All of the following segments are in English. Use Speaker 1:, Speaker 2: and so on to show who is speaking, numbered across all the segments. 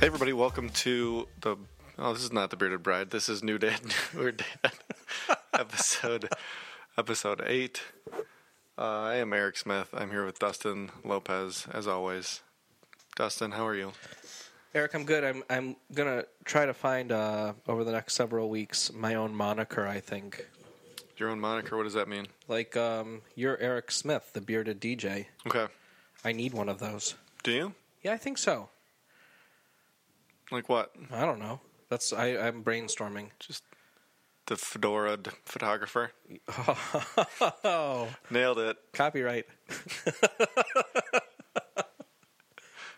Speaker 1: Hey everybody, welcome to the oh this is not the Bearded Bride. This is New Dad Newer Dad episode episode eight. Uh, I am Eric Smith. I'm here with Dustin Lopez as always. Dustin, how are you?
Speaker 2: Eric, I'm good. I'm I'm gonna try to find uh, over the next several weeks my own moniker. I think
Speaker 1: Your own moniker, what does that mean?
Speaker 2: like um, you're Eric Smith, the bearded DJ.
Speaker 1: Okay.
Speaker 2: I need one of those.
Speaker 1: Do you?
Speaker 2: Yeah, I think so.
Speaker 1: Like what?
Speaker 2: I don't know. That's I, I'm brainstorming.
Speaker 1: Just the fedora d- photographer.
Speaker 2: Oh,
Speaker 1: Nailed it.
Speaker 2: copyright.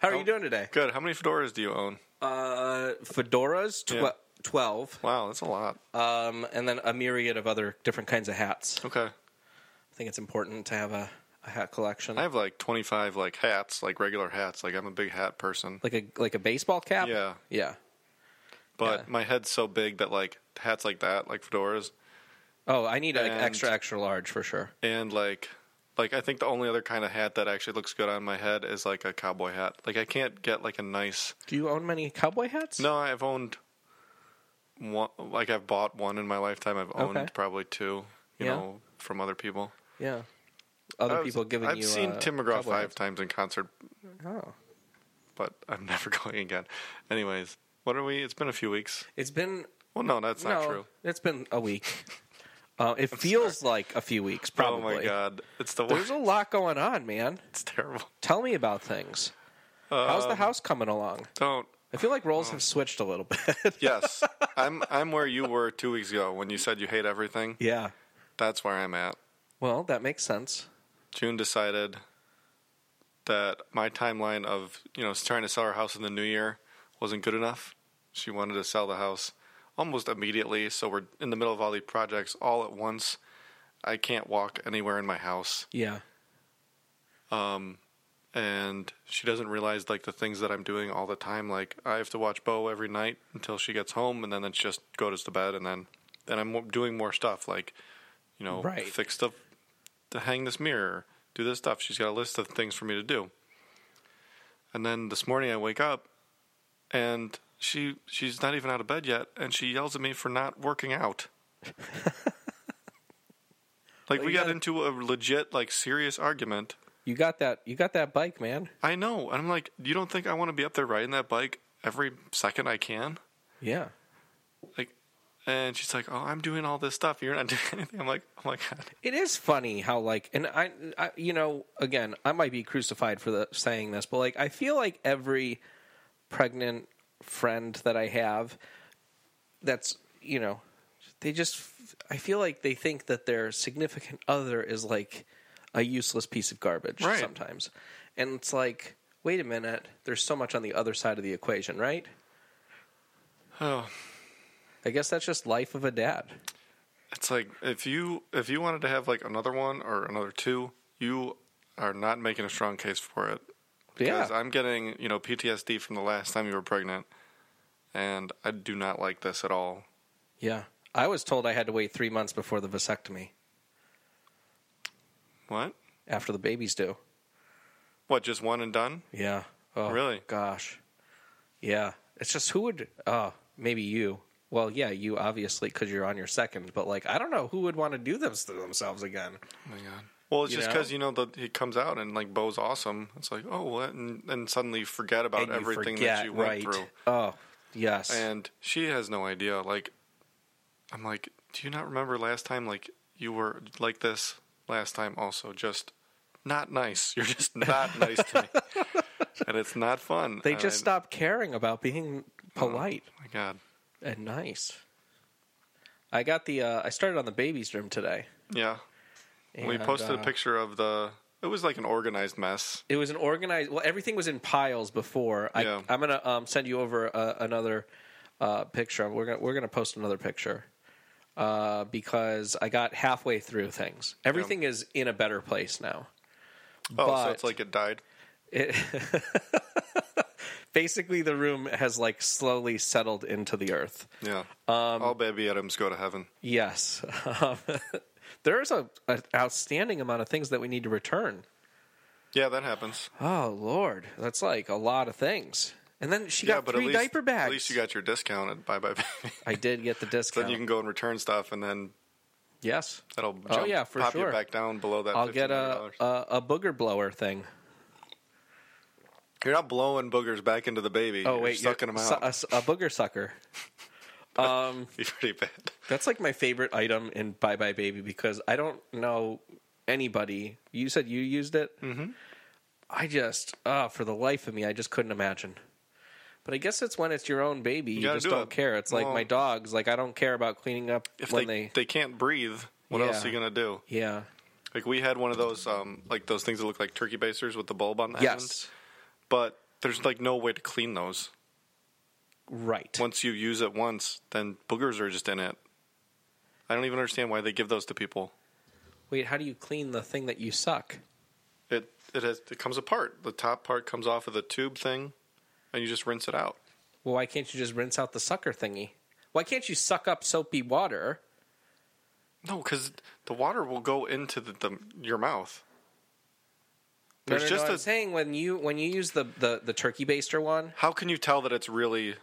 Speaker 2: How are you doing today?
Speaker 1: Good. How many fedoras do you own?
Speaker 2: Oh. Uh, fedoras, tw-
Speaker 1: Yeah.
Speaker 2: twelve,
Speaker 1: Wow, that's a lot.
Speaker 2: um, and then a myriad of other different kinds of hats.
Speaker 1: Okay.
Speaker 2: I think it's important to have a, a hat collection.
Speaker 1: I have like 25 like hats, like regular hats. Like I'm a big hat person.
Speaker 2: like a like a baseball cap.
Speaker 1: Yeah.
Speaker 2: yeah.
Speaker 1: but
Speaker 2: Yeah.
Speaker 1: my head's so big that like hats like that, like fedoras,
Speaker 2: Oh, I need an
Speaker 1: And-
Speaker 2: extra extra large for sure.
Speaker 1: and like like I think the only other kind of hat that actually looks good on my head is like a cowboy hat. Like I can't get like a nice.
Speaker 2: Do you own many cowboy hats?
Speaker 1: No, I've owned one. Like I've bought one in my lifetime. I've owned
Speaker 2: Okay.
Speaker 1: probably two. You
Speaker 2: Yeah.
Speaker 1: know, from other people.
Speaker 2: Yeah. Other
Speaker 1: I've-
Speaker 2: people giving
Speaker 1: I've
Speaker 2: you.
Speaker 1: seen
Speaker 2: uh,
Speaker 1: Tim McGraw
Speaker 2: cowboy
Speaker 1: five
Speaker 2: hats.
Speaker 1: times in concert,
Speaker 2: Oh,
Speaker 1: but I'm never going again. Anyways, what are we? It's been a few weeks.
Speaker 2: it's been
Speaker 1: Well, no, that's not
Speaker 2: no,
Speaker 1: true.
Speaker 2: It's been a week. Uh, it feels like a few weeks, probably.
Speaker 1: Oh my god, it's the
Speaker 2: There's
Speaker 1: worst.
Speaker 2: a lot going on, man.
Speaker 1: It's terrible.
Speaker 2: Tell me about things. How's
Speaker 1: Um,
Speaker 2: the house coming along?
Speaker 1: Don't
Speaker 2: I feel like
Speaker 1: oh.
Speaker 2: roles have switched a little bit.
Speaker 1: Yes, I'm I'm where you were two weeks ago when you said you hate everything.
Speaker 2: yeah.
Speaker 1: That's where I'm at.
Speaker 2: Well, that makes sense.
Speaker 1: June decided that my timeline of you know trying to sell her house in the new year wasn't good enough. She wanted to sell the house almost immediately, so we're in the middle of all the projects all at once. I can't walk anywhere in my house,
Speaker 2: Yeah.
Speaker 1: and she doesn't realize like the things that I'm doing all the time. Like I have to watch Bo every night until she gets home, and then it's just goes to bed, and then then I'm doing more stuff like you know
Speaker 2: Right.
Speaker 1: fix the to hang this mirror, do this stuff. She's got a list of things for me to do, and then this morning I wake up and she she's not even out of bed yet, and she yells at me for not working out. like
Speaker 2: Well,
Speaker 1: we
Speaker 2: you
Speaker 1: got
Speaker 2: gotta-
Speaker 1: into a legit like serious argument.
Speaker 2: You got that. You got that bike, man.
Speaker 1: I know. And I'm like, you don't think I want to be up there riding that bike every second I can?
Speaker 2: Yeah.
Speaker 1: Like, and she's like, oh, I'm doing all this stuff. You're not doing anything. I'm like, oh my God.
Speaker 2: It is funny how like, and I, I, you know, again, I might be crucified for the saying this, but like, I feel like every pregnant friend that I have, that's you know, they just, f- I feel like they think that their significant other is like a useless piece of garbage
Speaker 1: Right.
Speaker 2: sometimes, and it's like, wait a minute, there's so much on the other side of the equation, right?
Speaker 1: Oh,
Speaker 2: I guess that's just life of a dad.
Speaker 1: it's like if you if you wanted to have like another one or another two, you are not making a strong case for it.
Speaker 2: Yeah.
Speaker 1: Because I'm getting you know PTSD from the last time you were pregnant, and I do not like this at all.
Speaker 2: yeah. I was told I had to wait three months before the vasectomy
Speaker 1: What?
Speaker 2: after the baby's due.
Speaker 1: What? Just one and done?
Speaker 2: Yeah. Oh,
Speaker 1: Really?
Speaker 2: Gosh. Yeah. It's just who would? Oh, maybe you. Well, yeah, you obviously because you're on your second. But like, I don't know who would want to do this to themselves again.
Speaker 1: Oh my god. Well, it's
Speaker 2: You
Speaker 1: just
Speaker 2: know?
Speaker 1: 'cause, just because you know that he comes out and like Bo's awesome. It's like oh, what? and and suddenly you forget about
Speaker 2: And you
Speaker 1: everything
Speaker 2: forget,
Speaker 1: that you went
Speaker 2: right.
Speaker 1: through,
Speaker 2: Oh, yes.
Speaker 1: and she has no idea. Like, I'm like, do you not remember last time? Like you were like this last time, also just not nice. You're just not nice to me, and it's not fun.
Speaker 2: they
Speaker 1: And
Speaker 2: just
Speaker 1: I- Mm.
Speaker 2: stopped caring about being polite
Speaker 1: My God,
Speaker 2: and nice. I got the. Uh, I started on the baby's room today.
Speaker 1: yeah. we
Speaker 2: and,
Speaker 1: posted
Speaker 2: uh,
Speaker 1: a picture of the. It was like an organized mess.
Speaker 2: It was an organized. Well, everything was in piles before. I,
Speaker 1: Yeah.
Speaker 2: I'm gonna um, send you over uh, another uh, picture. We're gonna we're gonna post another picture uh, because I got halfway through things. Everything is in a better place now.
Speaker 1: Oh, so
Speaker 2: But-
Speaker 1: it's like it died.
Speaker 2: It basically the room has like slowly settled into the earth.
Speaker 1: Yeah. Um, All baby Adams go to heaven.
Speaker 2: Yes, um, there is a an outstanding amount of things that we need to return.
Speaker 1: Yeah, that happens.
Speaker 2: Oh Lord, that's like a lot of things. And then she
Speaker 1: yeah,
Speaker 2: got
Speaker 1: but
Speaker 2: three
Speaker 1: at least,
Speaker 2: diaper bags.
Speaker 1: At least you got your discount at Bye Bye Baby.
Speaker 2: I did get the discount.
Speaker 1: then you can go and return stuff, and then
Speaker 2: yes,
Speaker 1: that'll
Speaker 2: Oh,
Speaker 1: jump-
Speaker 2: yeah, for
Speaker 1: pop
Speaker 2: sure.
Speaker 1: you back down below that.
Speaker 2: I'll get a,
Speaker 1: $15.
Speaker 2: a a booger blower thing.
Speaker 1: You're not blowing boogers back into the baby.
Speaker 2: Oh
Speaker 1: You're
Speaker 2: wait,
Speaker 1: sucking
Speaker 2: you're-
Speaker 1: them out.
Speaker 2: su- a, a booger sucker. um,
Speaker 1: Be pretty bad.
Speaker 2: that's like my favorite item in Bye Bye Baby because I don't know anybody. You said you used it. Mm-hmm. I just, uh, for the life of me, I just couldn't imagine. But I guess it's when it's your own baby, you,
Speaker 1: gotta
Speaker 2: just
Speaker 1: do
Speaker 2: not
Speaker 1: it.
Speaker 2: care. It's like
Speaker 1: Well-
Speaker 2: my dogs. Like I don't care about cleaning up
Speaker 1: If
Speaker 2: when
Speaker 1: they,
Speaker 2: they,
Speaker 1: they can't breathe, what else
Speaker 2: Yeah.
Speaker 1: are you gonna do?
Speaker 2: yeah.
Speaker 1: Like we had one of those um like those things that look like turkey basers with the bulb on the
Speaker 2: Yes.
Speaker 1: end. But there's like no way to clean those.
Speaker 2: Right.
Speaker 1: Once you use it once, then boogers are just in it. I don't even understand why they give those to people.
Speaker 2: Wait, how do you clean the thing that you suck?
Speaker 1: It it has it comes apart. The top part comes off of the tube thing and you just rinse it out.
Speaker 2: Well, why can't you just rinse out the sucker thingy? Why can't you suck up soapy water?
Speaker 1: No, because the water will go into the, the your mouth.
Speaker 2: No,
Speaker 1: There's
Speaker 2: no, no,
Speaker 1: just
Speaker 2: I'm
Speaker 1: a
Speaker 2: saying when you when you use the, the, the turkey baster one,
Speaker 1: how can you tell that it's really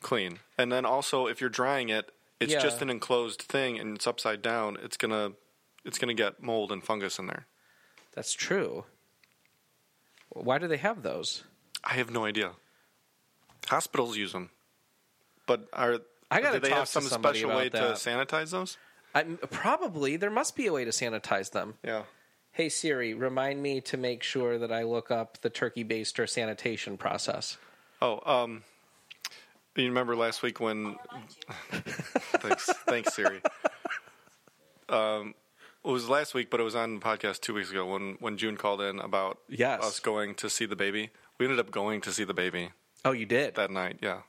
Speaker 1: clean? And then also, if you're drying it, it's
Speaker 2: Yeah.
Speaker 1: just an enclosed thing and it's upside down. It's gonna it's gonna get mold and fungus in there.
Speaker 2: that's true. Why do they have those?
Speaker 1: I have no idea. Hospitals use them, but are
Speaker 2: I gotta
Speaker 1: do they
Speaker 2: talk
Speaker 1: have
Speaker 2: to
Speaker 1: some
Speaker 2: somebody
Speaker 1: special
Speaker 2: about
Speaker 1: way
Speaker 2: that.
Speaker 1: to sanitize those?
Speaker 2: I, probably there must be a way to sanitize them.
Speaker 1: Yeah.
Speaker 2: Hey Siri, remind me to make sure that I look up the turkey baster sanitation process.
Speaker 1: Oh, um, you remember last week when? thanks, thanks, Siri. Um, it was last week, but it was on the podcast two weeks ago when when June called in about
Speaker 2: Yes.
Speaker 1: us going to see the baby. We ended up going to see the baby
Speaker 2: Oh, you did.
Speaker 1: that night. Yeah,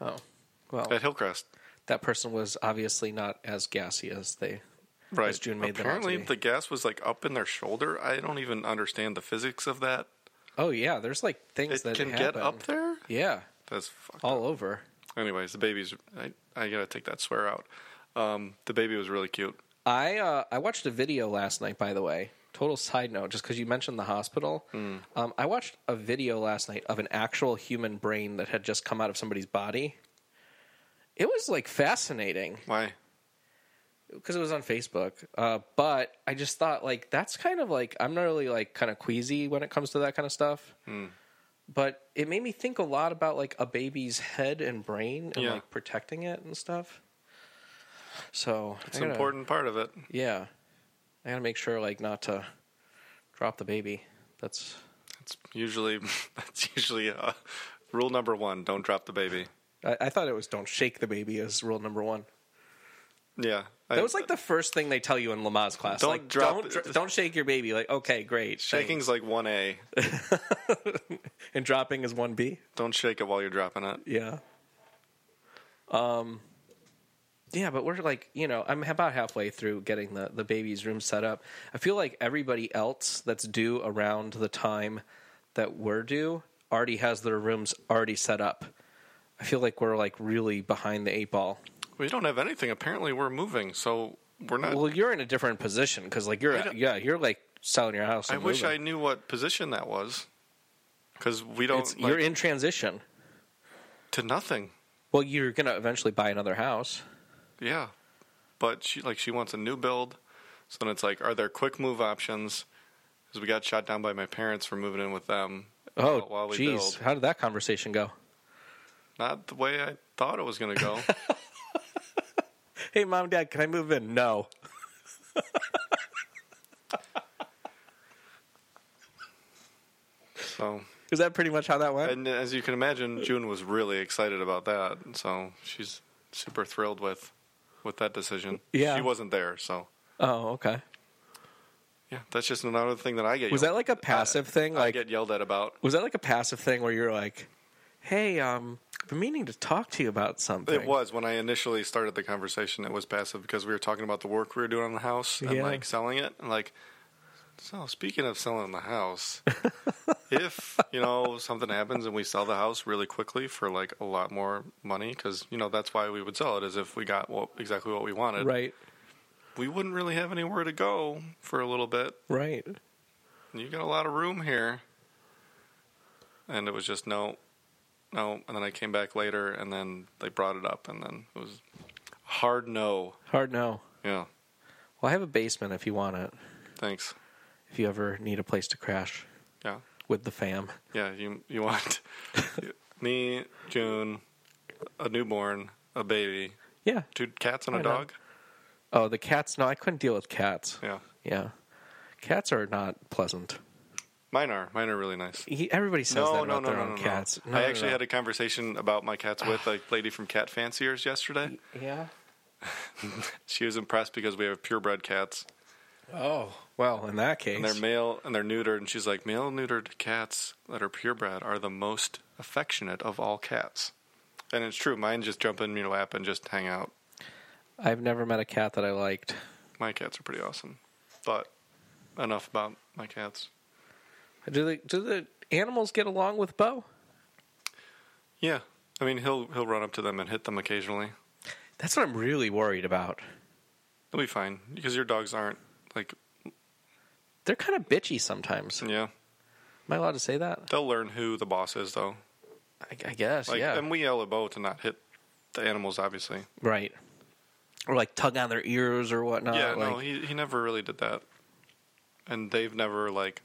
Speaker 2: oh, well,
Speaker 1: at Hillcrest.
Speaker 2: that person was obviously not as gassy as they.
Speaker 1: Right.
Speaker 2: As June made them out
Speaker 1: Apparently,
Speaker 2: to be.
Speaker 1: the gas was like up in their shoulder. I don't even understand the physics of that.
Speaker 2: Oh yeah, there's like things
Speaker 1: It
Speaker 2: that
Speaker 1: can
Speaker 2: happen.
Speaker 1: get up there.
Speaker 2: Yeah,
Speaker 1: That's fucked
Speaker 2: all over.
Speaker 1: Anyways, the baby's. I, I gotta take that swear out. Um, the baby was really cute.
Speaker 2: I uh, I watched a video last night. By the way, total side note, just because you mentioned the hospital,
Speaker 1: Hmm.
Speaker 2: um, I watched a video last night of an actual human brain that had just come out of somebody's body. It was like fascinating
Speaker 1: Why?
Speaker 2: because it was on Facebook. Uh, but I just thought like that's kind of like I'm not really like kind of queasy when it comes to that kind of stuff.
Speaker 1: Hmm.
Speaker 2: But it made me think a lot about like a baby's head and brain and
Speaker 1: Yeah.
Speaker 2: like protecting it and stuff. So
Speaker 1: It's
Speaker 2: I
Speaker 1: an
Speaker 2: gotta-
Speaker 1: important part of it.
Speaker 2: Yeah, I gotta make sure like not to drop the baby. That's
Speaker 1: It's usually that's usually uh, rule number one: don't drop the baby.
Speaker 2: I, I thought it was don't shake the baby as rule number one.
Speaker 1: Yeah, I-
Speaker 2: That was like the first thing they tell you in Lamaze class.
Speaker 1: Don't
Speaker 2: like,
Speaker 1: drop
Speaker 2: don't,
Speaker 1: it.
Speaker 2: dr- don't shake your baby. Like okay, great.
Speaker 1: shaking's like one A.
Speaker 2: thanks. and dropping is one B.
Speaker 1: Don't shake it while you're dropping it.
Speaker 2: Yeah. Um. Yeah, but we're like, you know, I'm about halfway through getting the the baby's room set up. I feel like everybody else that's due around the time that we're due already has their rooms already set up. I feel like we're like really behind the eight ball.
Speaker 1: We don't have anything. Apparently, we're moving, so we're not.
Speaker 2: Well, you're in a different position because like
Speaker 1: Uh, I
Speaker 2: you're
Speaker 1: don't-
Speaker 2: yeah you're like selling your house.
Speaker 1: I
Speaker 2: and
Speaker 1: wish I
Speaker 2: moving.
Speaker 1: knew what position that was, because we don't
Speaker 2: It's,
Speaker 1: like,
Speaker 2: you're in transition.
Speaker 1: to nothing.
Speaker 2: Well, you're gonna eventually buy another house.
Speaker 1: Yeah, but she like she wants a new build, so then it's like, are there quick move options? Because we got shot down by my parents for moving in with them.
Speaker 2: Oh,
Speaker 1: while we
Speaker 2: jeez,
Speaker 1: build.
Speaker 2: how did that conversation go?
Speaker 1: not the way I thought it was going to go.
Speaker 2: Hey, mom, dad, can I move in? No.
Speaker 1: so.
Speaker 2: Is that pretty much how that went?
Speaker 1: And as you can imagine, June was really excited about that, so she's super thrilled with with that decision.
Speaker 2: Yeah.
Speaker 1: she wasn't there, so
Speaker 2: oh, okay.
Speaker 1: yeah, that's just another thing that I get.
Speaker 2: Was
Speaker 1: yelled-
Speaker 2: that like a passive thing?
Speaker 1: Uh, I
Speaker 2: Like,
Speaker 1: get yelled at about?
Speaker 2: was that like a passive thing where you're like, "Hey, um, I've been meaning to talk to you about something."
Speaker 1: It was when I initially started the conversation. It was passive because we were talking about the work we were doing on the house and
Speaker 2: Yeah.
Speaker 1: like selling it, and like. So speaking of selling the house, if you know something happens and we sell the house really quickly for like a lot more money, because you know that's why we would sell it is if we got what, exactly what we wanted,
Speaker 2: right,
Speaker 1: we wouldn't really have anywhere to go for a little bit.
Speaker 2: right.
Speaker 1: You got a lot of room here. and it was just no, no. And then I came back later, and then they brought it up, and then it was hard no.
Speaker 2: Hard no.
Speaker 1: Yeah,
Speaker 2: Well, I have a basement if you want it.
Speaker 1: thanks.
Speaker 2: If you ever need a place to crash
Speaker 1: Yeah,
Speaker 2: with the fam.
Speaker 1: yeah. You you want me, June, a newborn, a baby,
Speaker 2: Yeah.
Speaker 1: two cats and a
Speaker 2: Why not?
Speaker 1: dog.
Speaker 2: Oh, the cats. No, I couldn't deal with cats.
Speaker 1: Yeah,
Speaker 2: Yeah. Cats are not pleasant.
Speaker 1: mine are mine are really nice.
Speaker 2: He, everybody says that about their own cats. No,
Speaker 1: I
Speaker 2: no,
Speaker 1: actually
Speaker 2: no.
Speaker 1: had a conversation about my cats with a lady from Cat Fanciers yesterday.
Speaker 2: Yeah.
Speaker 1: She was impressed because we have purebred cats
Speaker 2: Oh, well, in that case.
Speaker 1: and they're male and they're neutered. And she's like, male neutered cats that are purebred are the most affectionate of all cats. And it's true. Mine just jump in your lap and just hang out.
Speaker 2: I've never met a cat that I liked.
Speaker 1: My cats are pretty awesome. But enough about my cats.
Speaker 2: Do the do the animals get along with Bo?
Speaker 1: Yeah, I mean he'll he'll run up to them and hit them occasionally.
Speaker 2: That's what I'm really worried about.
Speaker 1: They'll be fine because your dogs aren't like
Speaker 2: They're kind of bitchy sometimes. Am
Speaker 1: yeah.
Speaker 2: I allowed to say that?
Speaker 1: They'll learn who the boss is though.
Speaker 2: I, I guess.
Speaker 1: Like, um,
Speaker 2: yeah.
Speaker 1: and we yell at Bo to not hit the animals, obviously.
Speaker 2: right. Or like tug on their ears or whatnot.
Speaker 1: yeah,
Speaker 2: like,
Speaker 1: no, he he never really did that, and they've never like.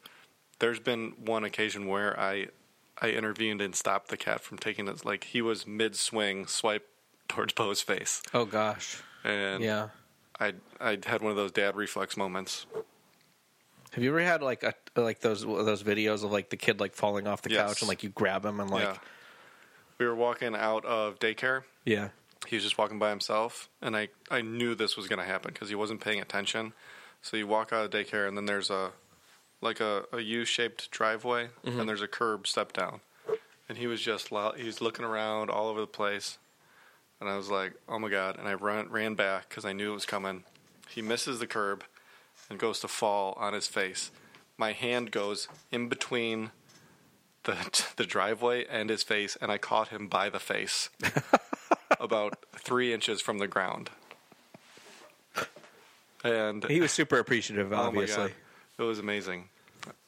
Speaker 1: There's been one occasion where I, I intervened and stopped the cat from taking it. Like he was mid swing, swipe towards Bo's face,
Speaker 2: oh gosh.
Speaker 1: and
Speaker 2: Yeah.
Speaker 1: I I had one of those dad reflex moments.
Speaker 2: Have you ever had like a like those those videos of like the kid like falling off the
Speaker 1: Yes.
Speaker 2: couch and like you grab him and like
Speaker 1: yeah, we were walking out of daycare.
Speaker 2: yeah.
Speaker 1: he was just walking by himself, and I, I knew this was going to happen because he wasn't paying attention. So you walk out of daycare, and then there's a like a, a U-shaped driveway, and there's a curb step down, and he was just lo- he was looking around all over the place, and I was like, oh my god! And I ran ran back because I knew it was coming. He misses the curb, and goes to fall on his face. My hand goes in between the the driveway and his face, and I caught him by the face about three inches from the ground. And
Speaker 2: He was super appreciative,
Speaker 1: oh my
Speaker 2: obviously.
Speaker 1: God, it was amazing.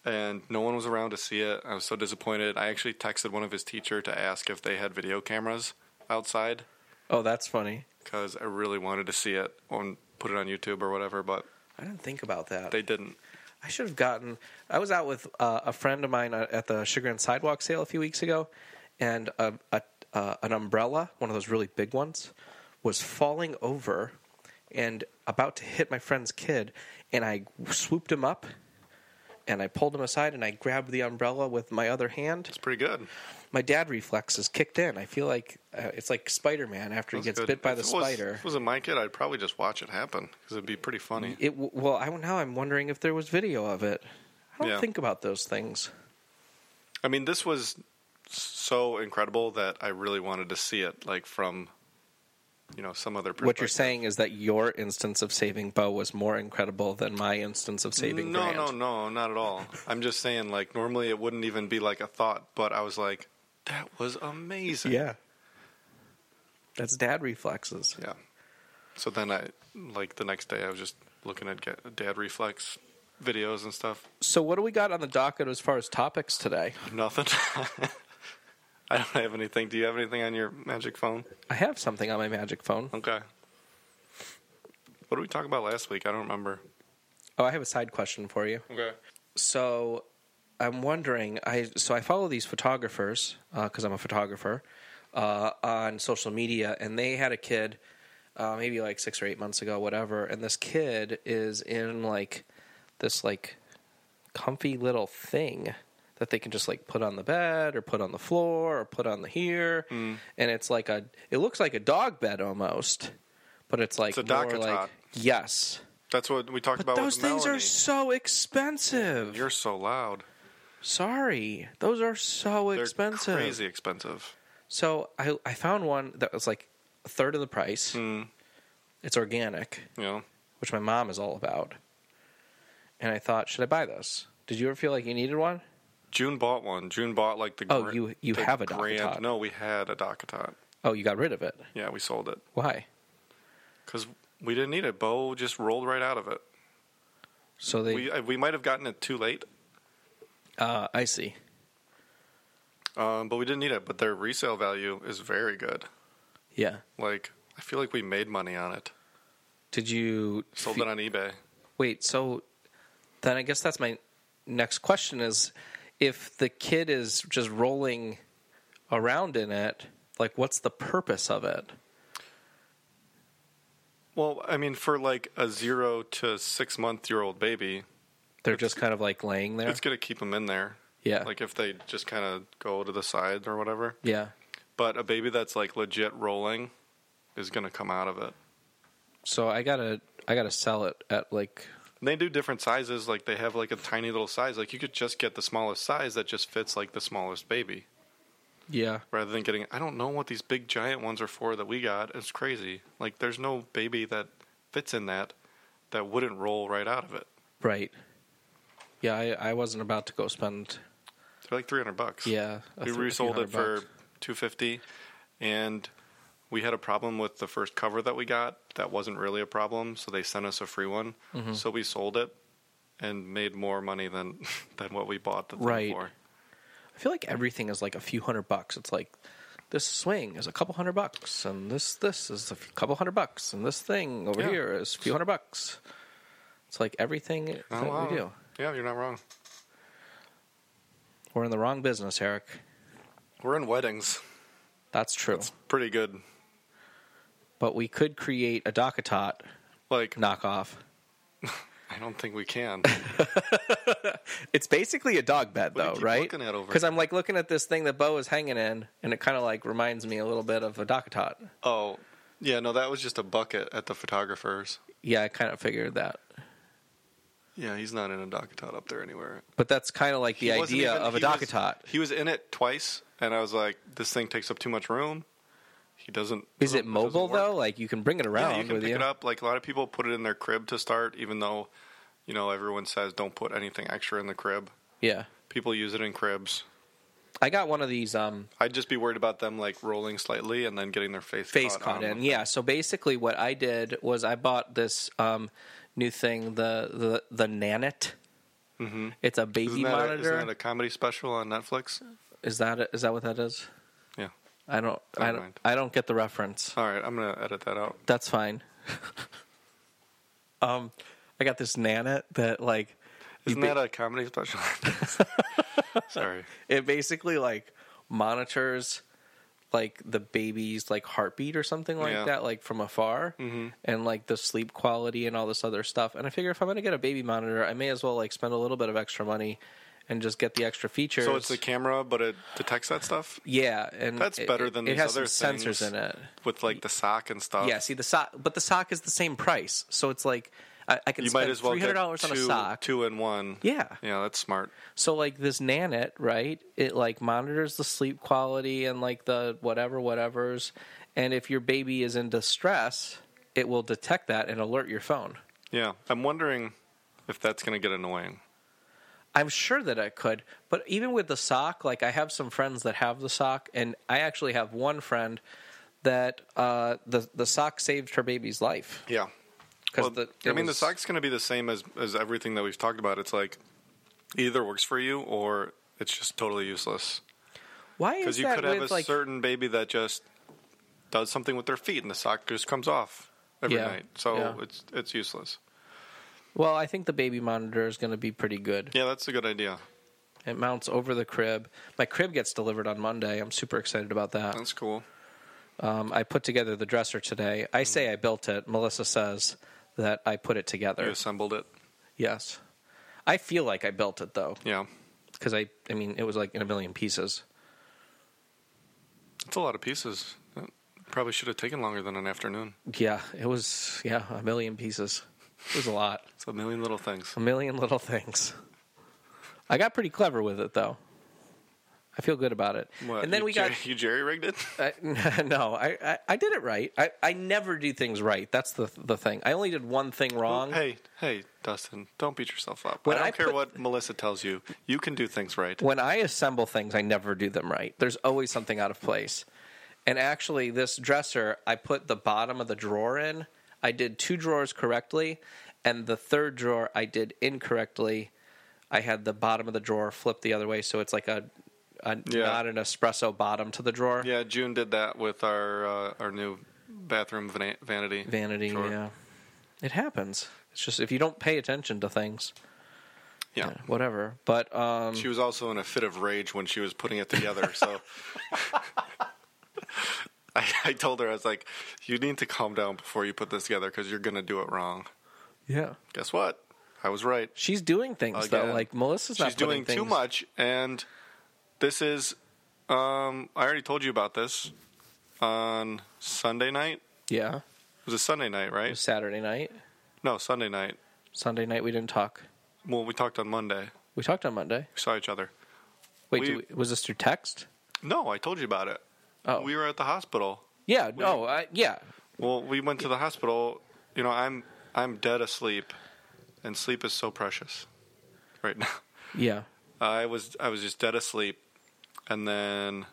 Speaker 1: And no one was around to see it. I was so disappointed. I actually texted one of his teacher to ask if they had video cameras outside
Speaker 2: Oh, that's funny.
Speaker 1: because I really wanted to see it on put it on YouTube or whatever, but
Speaker 2: I didn't think about that.
Speaker 1: they didn't.
Speaker 2: I should have gotten. I was out with uh, a friend of mine uh, at the Sugar and Sidewalk sale a few weeks ago, and a, a, uh, an umbrella, one of those really big ones, was falling over and about to hit my friend's kid. And I swooped him up and I pulled him aside and I grabbed the umbrella with my other hand.
Speaker 1: It's pretty good.
Speaker 2: My dad reflexes kicked in. I feel like uh, it's like Spider Man after he
Speaker 1: That's
Speaker 2: gets
Speaker 1: good.
Speaker 2: bit by the
Speaker 1: If it was-
Speaker 2: spider.
Speaker 1: If it wasn't my kid, I'd probably just watch it happen because it'd be pretty funny.
Speaker 2: It w- well, I now I'm wondering if there was video of it. I don't
Speaker 1: Yeah.
Speaker 2: think about those things.
Speaker 1: I mean, this was so incredible that I really wanted to see it, like from you know some other. Perspective.
Speaker 2: What you're saying is that your instance of saving Bo was more incredible than my instance of saving
Speaker 1: No,
Speaker 2: Grant.
Speaker 1: no, no, not at all. I'm just saying, like normally it wouldn't even be like a thought, but I was like, that was amazing.
Speaker 2: Yeah. That's dad reflexes.
Speaker 1: yeah. So then I like the next day I was just looking at get, dad reflex videos and stuff.
Speaker 2: So what do we got on the docket as far as topics today?
Speaker 1: Nothing. I don't have anything. Do you have anything on your magic phone?
Speaker 2: I have something on my magic phone.
Speaker 1: Okay. What did we talk about last week? I don't remember.
Speaker 2: Oh, I have a side question for you.
Speaker 1: Okay.
Speaker 2: so I'm wondering. I so I follow these photographers because I'm a photographer uh, on social media, and they had a kid uh, maybe like six or eight months ago, whatever. And this kid is in like this like comfy little thing that they can just like put on the bed or put on the floor or put on the here,
Speaker 1: Hmm.
Speaker 2: and it's like a it looks like a dog bed almost, but it's like
Speaker 1: a dock
Speaker 2: more
Speaker 1: atop.
Speaker 2: like yes.
Speaker 1: That's what we talked
Speaker 2: But
Speaker 1: about.
Speaker 2: those
Speaker 1: with
Speaker 2: things
Speaker 1: Melanie.
Speaker 2: are so expensive.
Speaker 1: You're so loud.
Speaker 2: Sorry, those are so
Speaker 1: They're
Speaker 2: expensive.
Speaker 1: Crazy expensive.
Speaker 2: So I I found one that was like a third of the price.
Speaker 1: Hmm.
Speaker 2: It's organic,
Speaker 1: You know.
Speaker 2: which my mom is all about. And I thought, should I buy this? Did you ever feel like you needed one?
Speaker 1: June bought one. June bought like the.
Speaker 2: Oh,
Speaker 1: gra-
Speaker 2: you- you
Speaker 1: the
Speaker 2: have a
Speaker 1: grand-
Speaker 2: Dockatot.
Speaker 1: No, we had a Dockatot.
Speaker 2: Oh, you got rid of it.
Speaker 1: Yeah, we sold it
Speaker 2: Why?
Speaker 1: because we didn't need it. Bo just rolled right out of it.
Speaker 2: So they.
Speaker 1: We I- we might have gotten it too late.
Speaker 2: uh, I see.
Speaker 1: Um, but we didn't need it. But their resale value is very good.
Speaker 2: Yeah.
Speaker 1: Like I feel like we made money on it.
Speaker 2: Did you
Speaker 1: Sold
Speaker 2: fe-
Speaker 1: it on eBay.
Speaker 2: Wait, so then I guess that's my next question is if the kid is just rolling around in it, like what's the purpose of it?
Speaker 1: Well, I mean, for like a zero to six month year old baby,
Speaker 2: They're just kind of like laying there.
Speaker 1: it's gonna keep them in there.
Speaker 2: Yeah.
Speaker 1: Like if they just kind of go to the side or whatever.
Speaker 2: yeah.
Speaker 1: But a baby that's like legit rolling is gonna come out of it.
Speaker 2: So I got to I got to sell it at like
Speaker 1: And they do different sizes. Like they have like a tiny little size. Like you could just get the smallest size that just fits like the smallest baby,
Speaker 2: yeah.
Speaker 1: rather than getting. I don't know what these big giant ones are for that we got. It's crazy. Like there's no baby that fits in that that wouldn't roll right out of it.
Speaker 2: Right. Yeah, I, I wasn't about to go spend
Speaker 1: They're like three hundred bucks.
Speaker 2: yeah,
Speaker 1: we
Speaker 2: a th- a few
Speaker 1: resold it
Speaker 2: hundred
Speaker 1: for
Speaker 2: bucks.
Speaker 1: 250 and we had a problem with the first cover that we got that wasn't really a problem so they sent us a free one
Speaker 2: Mm-hmm.
Speaker 1: so we sold it and made more money than than what we bought the thing
Speaker 2: Right.
Speaker 1: for
Speaker 2: I feel like everything is like a few hundred bucks. It's like this swing is a couple hundred bucks, and this this is a f- couple hundred bucks, and this thing over
Speaker 1: Yeah.
Speaker 2: here is a few hundred bucks. It's like everything
Speaker 1: Oh,
Speaker 2: that
Speaker 1: wow.
Speaker 2: we do.
Speaker 1: yeah you're not wrong
Speaker 2: We're in the wrong business, Eric.
Speaker 1: we're in weddings
Speaker 2: That's true.
Speaker 1: pretty good
Speaker 2: but we could create a Docatot
Speaker 1: like
Speaker 2: knockoff.
Speaker 1: i don't think we can
Speaker 2: It's basically a dog bed,
Speaker 1: do you
Speaker 2: though,
Speaker 1: keep
Speaker 2: right?
Speaker 1: looking at over
Speaker 2: Because I'm like looking at this thing that Bo is hanging in, and it kind of like reminds me a little bit of a Docatot.
Speaker 1: oh yeah no that was just a bucket at the photographers
Speaker 2: Yeah, I kind of figured that.
Speaker 1: yeah he's not in a docatot up there anywhere
Speaker 2: But that's kind of like the
Speaker 1: He wasn't
Speaker 2: idea
Speaker 1: even-
Speaker 2: of a
Speaker 1: he was-
Speaker 2: Docatot.
Speaker 1: He was in it twice, and I was like, "This thing takes up too much room." He doesn't.
Speaker 2: Is it
Speaker 1: doesn't
Speaker 2: mobile
Speaker 1: work.
Speaker 2: though? Like you can bring it around
Speaker 1: Yeah, you can
Speaker 2: with
Speaker 1: pick
Speaker 2: you.
Speaker 1: it up. Like a lot of people put it in their crib to start, even though you know everyone says don't put anything extra in the crib.
Speaker 2: Yeah,
Speaker 1: People use it in cribs.
Speaker 2: I got one of these um,
Speaker 1: I'd just be worried about them like rolling slightly and then getting their face
Speaker 2: face
Speaker 1: caught,
Speaker 2: caught
Speaker 1: on
Speaker 2: in.
Speaker 1: them.
Speaker 2: Yeah. So basically, what I did was I bought this um, new thing, the the the Nanit. Mm-hmm. It's a baby
Speaker 1: Isn't that, a,
Speaker 2: monitor.
Speaker 1: isn't that a comedy special on Netflix?
Speaker 2: is that a, is that what that is?
Speaker 1: Yeah.
Speaker 2: I don't. I
Speaker 1: Never
Speaker 2: don't.
Speaker 1: mind.
Speaker 2: I don't get the reference.
Speaker 1: All right, I'm gonna edit that out.
Speaker 2: That's fine. um, I got this Nanit that like you
Speaker 1: Isn't
Speaker 2: ba-
Speaker 1: that a comedy special? Sorry.
Speaker 2: it basically like monitors like the baby's like heartbeat or something like
Speaker 1: Yeah. Mm-hmm.
Speaker 2: that like from afar and like the sleep quality and all this other stuff and i figure if i'm going to get a baby monitor i may as well like spend a little bit of extra money and just get the extra features
Speaker 1: So it's a camera, but it detects that stuff.
Speaker 2: yeah and
Speaker 1: That's
Speaker 2: it-
Speaker 1: better than
Speaker 2: it, it
Speaker 1: these
Speaker 2: has
Speaker 1: other
Speaker 2: some
Speaker 1: things. Oh.
Speaker 2: sensors in it
Speaker 1: with like the sock and stuff.
Speaker 2: yeah see the sock but the sock is the same price so it's like i, I can
Speaker 1: you
Speaker 2: spend
Speaker 1: might as well get
Speaker 2: $300 on a
Speaker 1: two-
Speaker 2: sock
Speaker 1: two in one.
Speaker 2: yeah
Speaker 1: yeah, that's smart.
Speaker 2: So like this Nanit, right? It like monitors the sleep quality and like the whatever whatevers, and if your baby is in distress, it will detect that and alert your phone.
Speaker 1: Yeah, I'm wondering if that's going to get annoying.
Speaker 2: I'm sure that it could, but even with the sock, like I have some friends that have the sock, and I actually have one friend that uh, the the sock saved her baby's life
Speaker 1: Yeah,
Speaker 2: because
Speaker 1: I mean the sock's going to be the same as as everything that we've talked about. It's like either works for you or it's just totally useless
Speaker 2: Why is
Speaker 1: because you
Speaker 2: that
Speaker 1: could
Speaker 2: with
Speaker 1: have a
Speaker 2: like
Speaker 1: certain baby that just does something with their feet and the sock just comes off every
Speaker 2: Yeah.
Speaker 1: night. So
Speaker 2: Yeah.
Speaker 1: it's it's useless.
Speaker 2: well, I think the baby monitor is going to be pretty good.
Speaker 1: Yeah, that's a good idea.
Speaker 2: It mounts over the crib. My crib gets delivered on Monday. I'm super excited about that.
Speaker 1: That's cool.
Speaker 2: Um, I put together the dresser today.
Speaker 1: Mm-hmm.
Speaker 2: I say I built it. Melissa says that I put it together.
Speaker 1: You assembled it.
Speaker 2: Yes. I feel like I built it though,
Speaker 1: Yeah,
Speaker 2: because I, I mean, it was like in a million pieces.
Speaker 1: it's a lot of pieces. That probably should have taken longer than an afternoon.
Speaker 2: Yeah, it was. Yeah, a million pieces. It was a lot.
Speaker 1: It's a million little things.
Speaker 2: a million little things. I got pretty clever with it though. I feel good about it.
Speaker 1: What,
Speaker 2: and then
Speaker 1: you
Speaker 2: we got
Speaker 1: jer- you jerry rigged it.
Speaker 2: I, no, I, I, I did it right. I, I never do things right. That's the the thing. I only did one thing wrong.
Speaker 1: Hey, hey, Dustin, don't beat yourself up.
Speaker 2: When
Speaker 1: I don't
Speaker 2: I
Speaker 1: care
Speaker 2: put-
Speaker 1: what Melissa tells you. You can do things right.
Speaker 2: When I assemble things, I never do them right. There's always something out of place. And actually, this dresser, I put the bottom of the drawer in. I did two drawers correctly, and the third drawer I did incorrectly. I had the bottom of the drawer flipped the other way, so it's like a a,
Speaker 1: Yeah.
Speaker 2: not an espresso bottom to the drawer.
Speaker 1: Yeah, June did that with our uh, our new bathroom van- vanity.
Speaker 2: Vanity,
Speaker 1: drawer.
Speaker 2: yeah. It happens. It's just if you don't pay attention to things,
Speaker 1: yeah.
Speaker 2: whatever. But um,
Speaker 1: She was also in a fit of rage when she was putting it together. So I, I told her, I was like, you need to calm down before you put this together because you're going to do it wrong.
Speaker 2: yeah,
Speaker 1: Guess what? I was right.
Speaker 2: she's doing things though.
Speaker 1: Again,
Speaker 2: Like Melissa's not
Speaker 1: She's doing
Speaker 2: putting things,
Speaker 1: too much. And this is, um, I already told you about this on Sunday night.
Speaker 2: Yeah,
Speaker 1: It was a Sunday night,
Speaker 2: It
Speaker 1: right?
Speaker 2: was Saturday night,
Speaker 1: No, Sunday night.
Speaker 2: Sunday night we didn't talk.
Speaker 1: Well, we talked on Monday.
Speaker 2: We talked on Monday.
Speaker 1: We saw each other.
Speaker 2: Wait,
Speaker 1: We-
Speaker 2: did we, was this through text?
Speaker 1: No, I told you about it.
Speaker 2: Oh.
Speaker 1: We were at the hospital.
Speaker 2: Yeah. No. I, yeah.
Speaker 1: Well, we went to the hospital. You know, I'm I'm dead asleep, and sleep is so precious right now.
Speaker 2: Yeah.
Speaker 1: I was I was just dead asleep, and then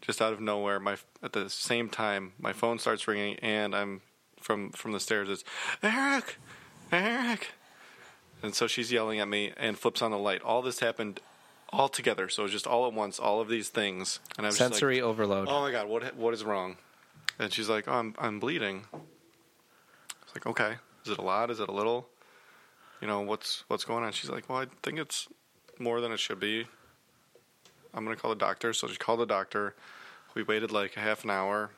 Speaker 1: just out of nowhere, my at the same time, my phone starts ringing, and I'm from from the stairs. It's Eric, Eric, and so she's yelling at me and flips on the light. All this happened all together, so it was just all at once, all of these things, and I was just like,
Speaker 2: Sensory overload.
Speaker 1: Oh my god, what what is wrong? And she's like, oh, I'm I'm bleeding. I was like, okay, is it a lot? Is it a little? You know what's what's going on? She's like, well, I think it's more than it should be. I'm gonna call the doctor. So she called the doctor. We waited like a half an hour.